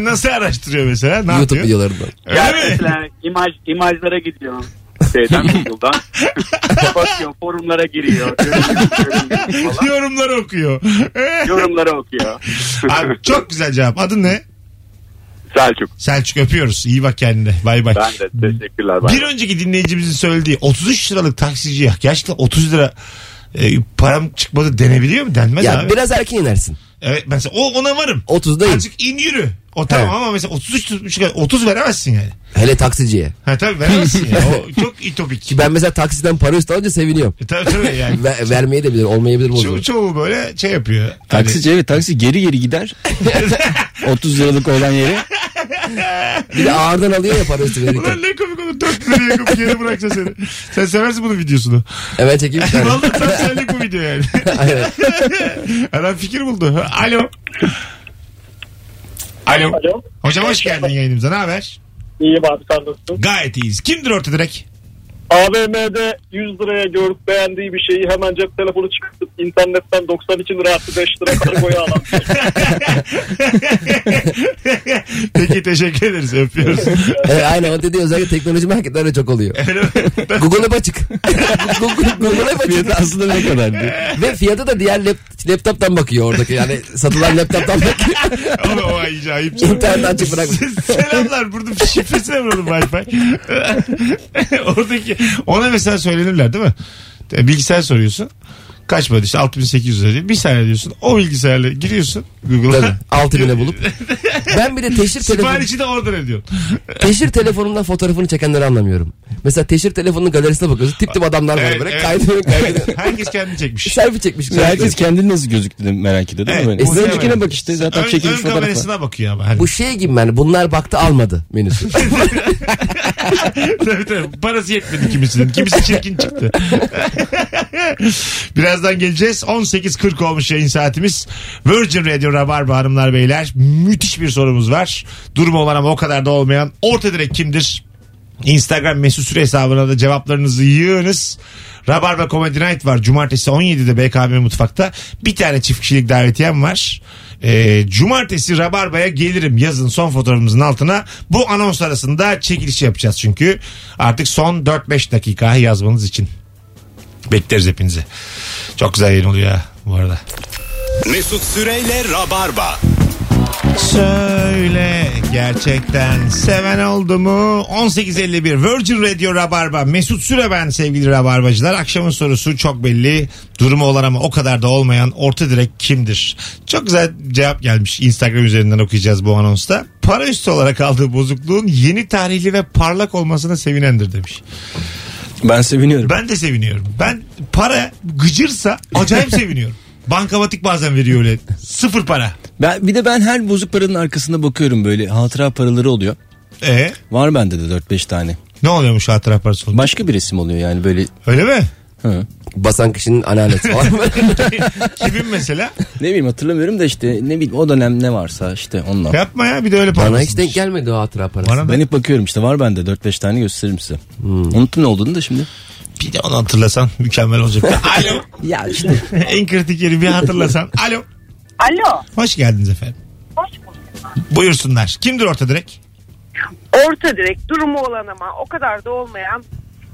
Speaker 2: Nasıl araştırıyor mesela? Ne
Speaker 3: YouTube
Speaker 2: yapıyor?
Speaker 3: videolarından.
Speaker 11: Yani
Speaker 2: Öyle mi?
Speaker 11: mesela imaj, imajlara gidiyor. Şeyden Google'dan. Bakıyor forumlara giriyor. görüyor, falan.
Speaker 2: Yorumları okuyor.
Speaker 11: Yorumları okuyor.
Speaker 2: Abi çok güzel cevap. Adın ne?
Speaker 11: Selçuk.
Speaker 2: Selçuk öpüyoruz. İyi bak kendine. Bay bay.
Speaker 11: Ben de teşekkürler. Ben.
Speaker 2: Bir önceki dinleyicimizin söylediği 33 liralık taksiciye gerçekten 30 lira e, param çıkmadı denebiliyor mu? Denmez
Speaker 3: Ya
Speaker 2: abi.
Speaker 3: biraz erken inersin.
Speaker 2: Evet mesela o ona varım.
Speaker 3: 30'dayım.
Speaker 2: Azıcık in yürü. O tamam
Speaker 3: Evet.
Speaker 2: ama mesela 33 tutmuş 30 veremezsin yani.
Speaker 3: Hele taksiciye.
Speaker 2: Ha tabii veremezsin yani. O çok itopik.
Speaker 3: Ki ben mesela taksiden para üstü alınca seviniyorum.
Speaker 2: E, tabii tabii yani.
Speaker 3: Ver, vermeye de bilir olmayabilir
Speaker 2: Ço-
Speaker 3: bozulur.
Speaker 2: çoğu böyle şey yapıyor. Hani-
Speaker 4: Taksici evet taksi geri geri gider. 30 liralık olan yere.
Speaker 3: Bir de ağırdan alıyor ya para üstü verirken.
Speaker 2: Ulan ne komik olur. 4 liraya yakıp geri bıraksa seni. Sen seversin bunun videosunu.
Speaker 3: Hemen çekeyim. bir tane.
Speaker 2: Vallahi tam senlik bu video yani.
Speaker 3: Aynen.
Speaker 2: Adam fikir buldu. Alo. Alo.
Speaker 5: Alo.
Speaker 2: Hocam hoş geldin yayınımıza. Ne haber?
Speaker 5: İyiyim abi sen nasılsın?
Speaker 2: Gayet iyiyiz. Kimdir orta direkt?
Speaker 5: AVM'de 100 liraya görüp beğendiği bir şeyi hemen cep telefonu çıkartıp internetten 92 lira artı 5 lira kargoya alan. şey.
Speaker 2: Peki teşekkür ederiz. Öpüyoruz.
Speaker 3: E, aynen o dediği özellikle teknoloji marketlerde çok oluyor.
Speaker 2: Öyle mi?
Speaker 3: Google Hep açık. Google, Google Hep açık.
Speaker 4: Fiyatı aslında ne kadar diyor.
Speaker 3: Ve fiyatı da diğer lap- laptoptan bakıyor oradaki. Yani satılan laptoptan bakıyor.
Speaker 2: Oğlum o ay ayıp.
Speaker 3: İnternet açık bırak.
Speaker 2: Selamlar. Burada şey şifresine vuralım Wi-Fi. Oradaki ona mesela söylenirler değil mi? Bilgisayar E, soruyorsun. Kaç para işte 6800 lira diyor. Bir saniye diyorsun. O bilgisayarla giriyorsun Google'a.
Speaker 3: 6000'e bulup. Ben bir de teşhir telefonu...
Speaker 2: Siparişi de oradan ediyorsun.
Speaker 3: Teşhir telefonundan fotoğrafını çekenleri anlamıyorum. Mesela teşhir telefonunun galerisine bakıyorsun. Tip tip adamlar var
Speaker 2: Evet,
Speaker 3: böyle.
Speaker 2: evet.
Speaker 3: Kaydırıyor kaydırıyor.
Speaker 2: Herkes kendini çekmiş.
Speaker 3: Selfie çekmiş.
Speaker 4: Herkes kendini nasıl gözüktüğünü merak ediyor değil mi?
Speaker 2: Evet,
Speaker 4: böyle?
Speaker 2: muhtemelen.
Speaker 4: Öncekine bak işte zaten
Speaker 2: Ön-
Speaker 4: çekilmiş
Speaker 2: ön
Speaker 4: fotoğraf var.
Speaker 2: kamerasına bakıyor ama. Hani.
Speaker 3: Bu şey gibi yani bunlar baktı almadı menüsü.
Speaker 2: tabii tabii. Parası yetmedi kimisinin. Kimisi çirkin çıktı. Birazdan geleceğiz. 18.40 olmuş yayın saatimiz. Virgin Radio Rabarba hanımlar beyler. Müthiş bir sorumuz var. Durumu olan ama o kadar da olmayan orta direk kimdir? Instagram mesut süre hesabına da cevaplarınızı yığınız. Rabarba Comedy Night var. Cumartesi 17'de BKM Mutfak'ta. Bir tane çift kişilik davetiyem var. Ee, cumartesi Rabarba'ya gelirim yazın son fotoğrafımızın altına. Bu anons arasında çekiliş yapacağız çünkü. Artık son 4-5 dakika yazmanız için. Bekleriz hepinizi. Çok güzel yayın oluyor ha bu arada.
Speaker 1: Mesut Süreyle Rabarba.
Speaker 2: Söyle gerçekten seven oldu mu? 1851 Virgin Radio Rabarba Mesut Süre ben sevgili Rabarbacılar. Akşamın sorusu çok belli. Durumu olan ama o kadar da olmayan orta direk kimdir? Çok güzel cevap gelmiş. Instagram üzerinden okuyacağız bu anonsta. Para üstü olarak aldığı bozukluğun yeni tarihli ve parlak olmasına sevinendir demiş.
Speaker 4: Ben seviniyorum.
Speaker 2: Ben de seviniyorum. Ben para gıcırsa acayip seviniyorum. Bankamatik bazen veriyor öyle. Sıfır para.
Speaker 4: Ben, bir de ben her bozuk paranın arkasında bakıyorum böyle hatıra paraları oluyor.
Speaker 2: E
Speaker 4: Var bende de 4-5 tane.
Speaker 2: ne oluyormuş hatıra parası olunca?
Speaker 4: Başka bir resim oluyor yani böyle.
Speaker 2: Öyle mi?
Speaker 4: Hı.
Speaker 3: Basan kişinin ananesi falan.
Speaker 2: Kimin mesela?
Speaker 4: Ne bileyim hatırlamıyorum da işte ne bileyim o dönem ne varsa işte onunla.
Speaker 2: Yapma ya bir de öyle
Speaker 3: Bana
Speaker 2: parası.
Speaker 3: hiç denk gelmedi o hatıra parası.
Speaker 2: Bana da
Speaker 4: Ben hep bakıyorum işte var bende 4-5 tane gösteririm size.
Speaker 2: Hmm.
Speaker 4: Unuttum ne olduğunu da şimdi.
Speaker 2: bir de onu hatırlasan mükemmel olacak. Alo.
Speaker 4: Ya işte.
Speaker 2: en kritik yeri bir hatırlasan. Alo.
Speaker 12: Alo.
Speaker 2: Hoş geldiniz efendim.
Speaker 12: Hoş bulduk.
Speaker 2: Buyursunlar. Kimdir orta direkt?
Speaker 12: Orta direkt durumu olan ama o kadar da olmayan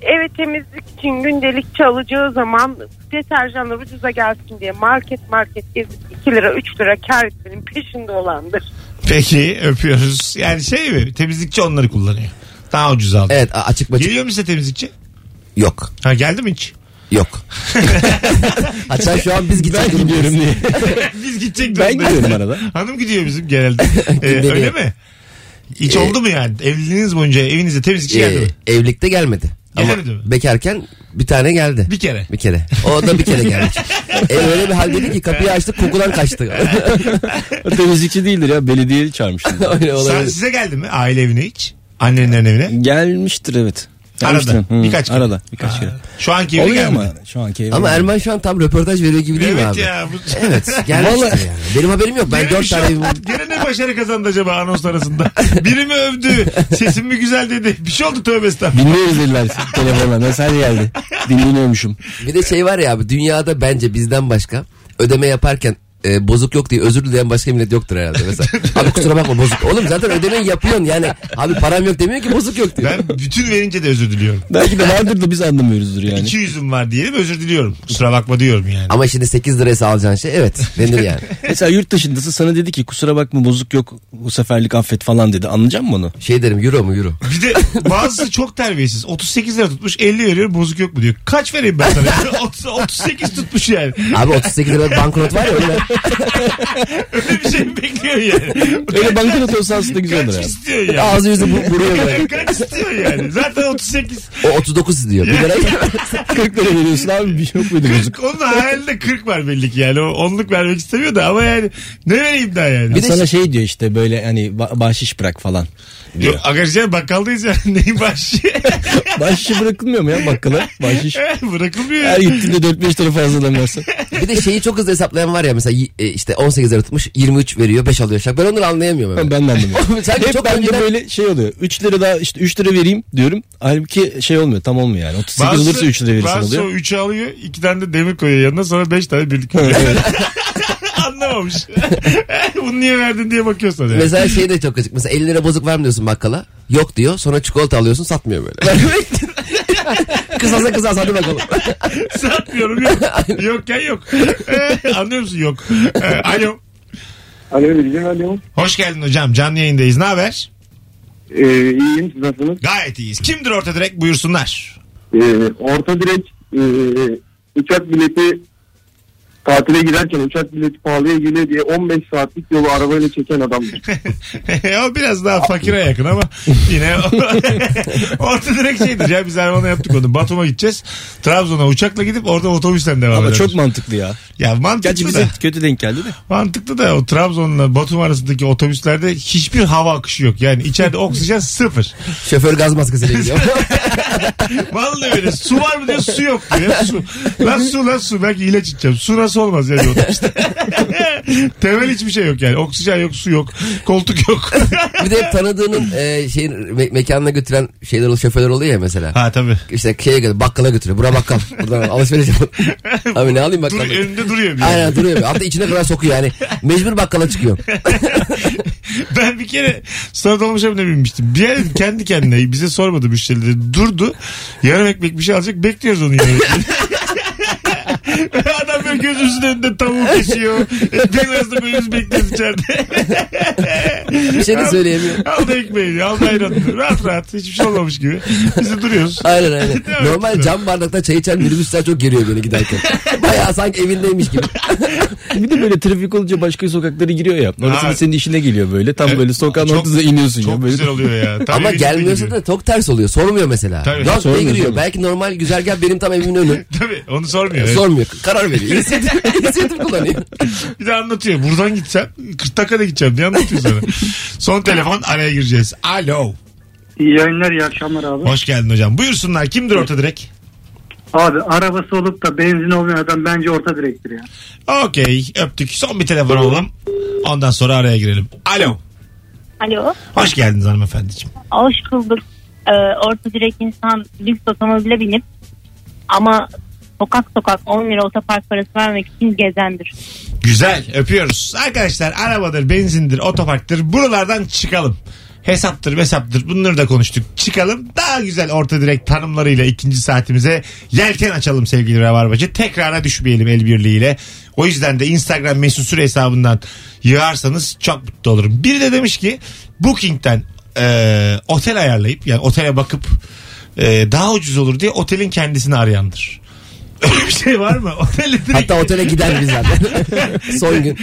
Speaker 12: eve temizlik için gündelik çalacağı zaman deterjanlar ucuza gelsin diye market market gezip 2 lira 3 lira kar etmenin peşinde olandır.
Speaker 2: Peki öpüyoruz. Yani şey mi? Temizlikçi onları kullanıyor. Daha ucuz aldı.
Speaker 3: Evet a- açık maçık.
Speaker 2: Geliyor mu size temizlikçi?
Speaker 3: Yok.
Speaker 2: Ha geldi mi hiç?
Speaker 3: Yok. Hatta şu an biz gideceğiz.
Speaker 4: gidiyorum diye.
Speaker 2: Biz gidecek
Speaker 4: Ben
Speaker 2: durumdayız.
Speaker 4: gidiyorum arada.
Speaker 2: Hanım gidiyor bizim genelde. Ee,
Speaker 3: Gideriyor.
Speaker 2: öyle mi? Hiç
Speaker 3: Ee,
Speaker 2: oldu mu yani? Evliliğiniz boyunca evinize temizlikçi geldi mi?
Speaker 3: Ee, evlilikte gelmedi. Ama
Speaker 2: Gelemedi mi?
Speaker 3: bekarken bir tane geldi.
Speaker 2: Bir kere.
Speaker 3: Bir kere. O da bir kere geldi. Ev öyle bir haldeydi ki kapıyı açtık kokudan kaçtı.
Speaker 4: O temizlikçi değildir ya belediye çağırmıştım.
Speaker 3: öyle
Speaker 2: Sen
Speaker 3: olabilir.
Speaker 2: size geldi mi? Aile evine hiç? Annenlerin evine?
Speaker 4: Gelmiştir evet.
Speaker 2: Arada.
Speaker 4: Gelmiştir. Hı,
Speaker 2: Birkaç kere.
Speaker 4: Arada birkaç kere.
Speaker 2: Şu anki evine
Speaker 4: Oluyor
Speaker 2: gelmedi.
Speaker 4: ama şu anki evim.
Speaker 3: Ama Erman şu an tam röportaj veriyor gibi değil mi
Speaker 2: Evet
Speaker 3: abi?
Speaker 2: ya. Bu...
Speaker 3: Evet gelmiştir
Speaker 4: Vallahi-
Speaker 3: yani. Benim haberim yok. Ben
Speaker 2: Gene bir
Speaker 3: dört
Speaker 2: şey
Speaker 3: tane evim
Speaker 2: oldu. Gene ne başarı kazandı acaba anons arasında? Biri mi övdü? Sesim mi güzel dedi? Bir şey oldu tövbe estağfurullah.
Speaker 4: Dinliyoruz dediler telefonla. Nasıl hadi geldi? Dinliyormuşum.
Speaker 3: Bir de şey var ya abi dünyada bence bizden başka ödeme yaparken e, bozuk yok diye özür dileyen başka millet yoktur herhalde mesela. abi kusura bakma bozuk. Oğlum zaten ödemeyi yapıyorsun yani. Abi param yok demiyor ki bozuk yok diyor.
Speaker 2: Ben bütün verince de özür diliyorum.
Speaker 4: Belki de vardır da biz anlamıyoruzdur yani.
Speaker 2: İki yüzüm var diyelim özür diliyorum. Kusura bakma diyorum yani.
Speaker 3: Ama şimdi 8 lirası alacağın şey evet denir yani.
Speaker 4: Mesela yurt dışındasın sana dedi ki kusura bakma bozuk yok bu seferlik affet falan dedi. Anlayacak mısın onu?
Speaker 3: Şey derim euro mu euro.
Speaker 2: Bir de bazısı çok terbiyesiz. 38 lira tutmuş 50 veriyor bozuk yok mu diyor. Kaç vereyim ben sana? 30, 38 tutmuş yani.
Speaker 3: Abi 38 liralık banknot var ya öyle.
Speaker 2: Öyle bir şey mi bekliyor yani?
Speaker 4: Öyle banknot olsa aslında güzel olur.
Speaker 2: Kaç
Speaker 4: Yani.
Speaker 2: istiyor yani?
Speaker 3: Ağzı yüzü bu- vuruyor böyle.
Speaker 2: Kaç istiyor yani? Zaten 38.
Speaker 3: O 39 diyor. Bir lira
Speaker 4: 40 lira veriyorsun abi bir şey yok muydu bozuk?
Speaker 2: 40, onun hayalinde 40 var belli ki yani. O onluk vermek istemiyor da ama yani ne vereyim daha yani?
Speaker 4: Bir sana şey diyor işte böyle hani ba- bahşiş bırak falan.
Speaker 2: Yok arkadaşlar bakkaldayız ya. Neyin bahşişi?
Speaker 4: Bahşişi bırakılmıyor mu ya bakkala? Bahşiş.
Speaker 2: Bırakılmıyor ya.
Speaker 4: Her gittiğinde 4-5 tane fazla alamıyorsun.
Speaker 3: Bir de şeyi çok hızlı hesaplayan var ya mesela y- e, işte 18 lira tutmuş 23 veriyor 5 alıyor. şak. Ben onları anlayamıyorum.
Speaker 4: Ben
Speaker 3: hemen.
Speaker 4: ben de anlamıyorum.
Speaker 3: Oğlum sen
Speaker 4: Hep
Speaker 3: çok
Speaker 4: bende
Speaker 3: önceden-
Speaker 4: böyle şey oluyor. 3 lira daha işte 3 lira vereyim diyorum. Halbuki şey olmuyor tam olmuyor yani. 38 olursa 3 lira verirsin
Speaker 2: bazısı o
Speaker 4: oluyor.
Speaker 2: 3'ü alıyor. 2 tane de demir koyuyor yanına. Sonra 5 tane birlik koyuyor. Anlamamış. Bunu niye verdin diye bakıyorsun. Yani.
Speaker 3: Mesela şey de çok açık. Mesela 50 lira bozuk var mı diyorsun bakkala? Yok diyor. Sonra çikolata alıyorsun satmıyor böyle. kısasa kısas hadi bakalım.
Speaker 2: Satmıyorum yok. Yokken yok. Anlıyor musun? Yok. Ee, Alo.
Speaker 9: Alo Bilgin Alo.
Speaker 2: Hoş geldin hocam. Canlı yayındayız. Ne haber?
Speaker 9: Ee, iyiyim siz nasılsınız?
Speaker 2: Gayet iyiyiz. Kimdir orta direkt? Buyursunlar.
Speaker 6: ee,
Speaker 9: Ee, orta direkt e, uçak bileti
Speaker 6: Tatile giderken uçak bileti pahalıya geliyor diye 15 saatlik yolu arabayla çeken adamdır.
Speaker 2: o biraz daha fakire yakın ama yine orta direkt şeydir ya biz Erman'a yaptık onu. Batum'a gideceğiz. Trabzon'a uçakla gidip orada otobüsle devam ederiz.
Speaker 4: Ama çok mantıklı ya.
Speaker 2: Ya mantıklı
Speaker 4: Gerçi
Speaker 2: da.
Speaker 4: bize kötü denk geldi de.
Speaker 2: Mantıklı da o Trabzon'la Batum arasındaki otobüslerde hiçbir hava akışı yok. Yani içeride oksijen sıfır.
Speaker 3: Şoför gaz maskesiyle gidiyor.
Speaker 2: Vallahi öyle. Su var mı diyor su yok diyor. Su. Lan su lan su. Belki ilaç içeceğim. Su nasıl olmaz yani otobüste. Temel hiçbir şey yok yani. Oksijen yok su yok. Koltuk yok.
Speaker 3: bir de hep tanıdığının e, şeyin me- mekanına götüren şeyler oluyor, şoförler oluyor ya mesela.
Speaker 2: Ha tabii.
Speaker 3: İşte şeye götür, bakkala götürüyor. Bura bakkal. Buradan alışveriş yap. Abi ne alayım
Speaker 2: Dur,
Speaker 3: bakkala?
Speaker 2: önünde duruyor bir
Speaker 3: Aynen duruyor. Hatta içine kadar sokuyor yani. Mecbur bakkala çıkıyor.
Speaker 2: Ben bir kere sana dolmuşa bile binmiştim. Bir yer kendi kendine bize sormadı müşterileri. Durdu. Yarım ekmek bir şey alacak. Bekliyoruz onu yarım ekmeği. Adam böyle gözümüzün önünde tavuk kesiyor. E, Ekmeğin arasında böyle biz bekliyoruz içeride.
Speaker 3: Bir şey de söyleyemiyor.
Speaker 2: Al da ekmeği. Al da ayranını. Rahat rahat. Hiçbir şey olmamış gibi. Biz de duruyoruz.
Speaker 3: Aynen aynen.
Speaker 2: Devam
Speaker 3: Normal
Speaker 2: et.
Speaker 3: cam bardakta çay içen minibüsler çok geriyor beni giderken. Bayağı sanki evindeymiş gibi.
Speaker 4: Bir de böyle trafik olunca başka sokaklara giriyor ya. Orası
Speaker 2: Ha.
Speaker 4: da senin işine geliyor böyle. Tam böyle sokağın
Speaker 2: Çok-
Speaker 4: ortasına iniyorsun ya.
Speaker 2: Çok
Speaker 4: Böyle.
Speaker 2: güzel oluyor ya. Tabii
Speaker 3: Ama
Speaker 2: benim de
Speaker 3: gelmiyorsa
Speaker 2: gibi.
Speaker 3: da çok ters oluyor. Sormuyor mesela.
Speaker 2: Tabii.
Speaker 3: Yok ne
Speaker 4: Sormuyor,
Speaker 3: giriyor?
Speaker 4: sormuyor.
Speaker 3: Belki normal güzergah benim tam evimin önü.
Speaker 2: Tabii onu sormuyor.
Speaker 4: E,
Speaker 2: Evet.
Speaker 3: Sormuyor. Karar veriyor. İnisiyatif, inisiyatif kullanıyor.
Speaker 2: Bir de anlatıyor. Buradan gitsem 40 dakikada gideceğim diye anlatıyor sana. Son telefon araya gireceğiz. Alo.
Speaker 13: İyi yayınlar iyi akşamlar abi.
Speaker 2: Hoş geldin hocam. Buyursunlar. Kimdir orta direk?
Speaker 13: Abi arabası olup da benzin olmayan adam bence orta direktir ya.
Speaker 2: Okey. Öptük. Son bir telefon alalım. Ondan sonra araya girelim. Alo.
Speaker 14: Alo.
Speaker 2: Hoş geldiniz hanımefendiciğim.
Speaker 14: Hoş bulduk. Ee, orta direkt insan lüks otomobile binip ama sokak sokak 10 lira otopark parası vermek için gezendir.
Speaker 2: Güzel. Öpüyoruz. Arkadaşlar arabadır, benzindir, otoparktır. Buralardan çıkalım. Hesaptır, hesaptır. Bunları da konuştuk. Çıkalım. Daha güzel orta direkt tanımlarıyla ikinci saatimize yelken açalım sevgili Rabarbacı. Tekrara düşmeyelim el birliğiyle. O yüzden de Instagram mesut süre hesabından yığarsanız çok mutlu olurum. Biri de demiş ki Booking'den e, otel ayarlayıp yani otele bakıp e, daha ucuz olur diye otelin kendisini arayandır. Öyle bir şey var mı? Otelle direkt...
Speaker 3: Hatta otele gider biz zaten. Son gün.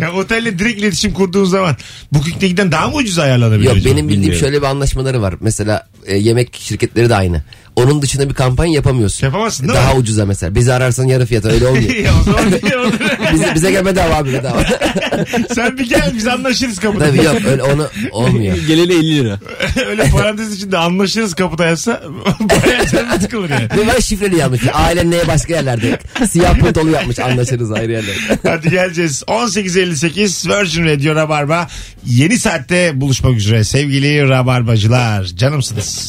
Speaker 2: ya otelle direkt iletişim kurduğun zaman Booking'de giden daha mı ucuz ayarlanabilir?
Speaker 3: Yok
Speaker 2: acaba?
Speaker 3: benim bildiğim
Speaker 2: Bilmiyorum.
Speaker 3: şöyle bir anlaşmaları var. Mesela e, yemek şirketleri de aynı. Onun dışında bir kampanya yapamıyorsun.
Speaker 2: Yapamazsın değil
Speaker 3: Daha
Speaker 2: mi?
Speaker 3: ucuza mesela. Bizi ararsan yarı fiyata öyle olmuyor.
Speaker 2: Ya o zaman niye orada-
Speaker 3: bize, bize gel bedava abi bedava.
Speaker 2: Sen bir gel biz anlaşırız kapıda.
Speaker 3: Tabii yok öyle onu olmuyor.
Speaker 4: Geleli 50 lira.
Speaker 2: Öyle parantez içinde anlaşırız kapıda yazsa bayağı canım sıkılır yani.
Speaker 3: Ve ben şifreli yanlış. Ailen neye başka yerlerde? Siyah pantolu yapmış anlaşırız ayrı yerlerde.
Speaker 2: Hadi geleceğiz. 18.58 Virgin Radio Rabarba. Yeni saatte buluşmak üzere sevgili Rabarbacılar. Canımsınız.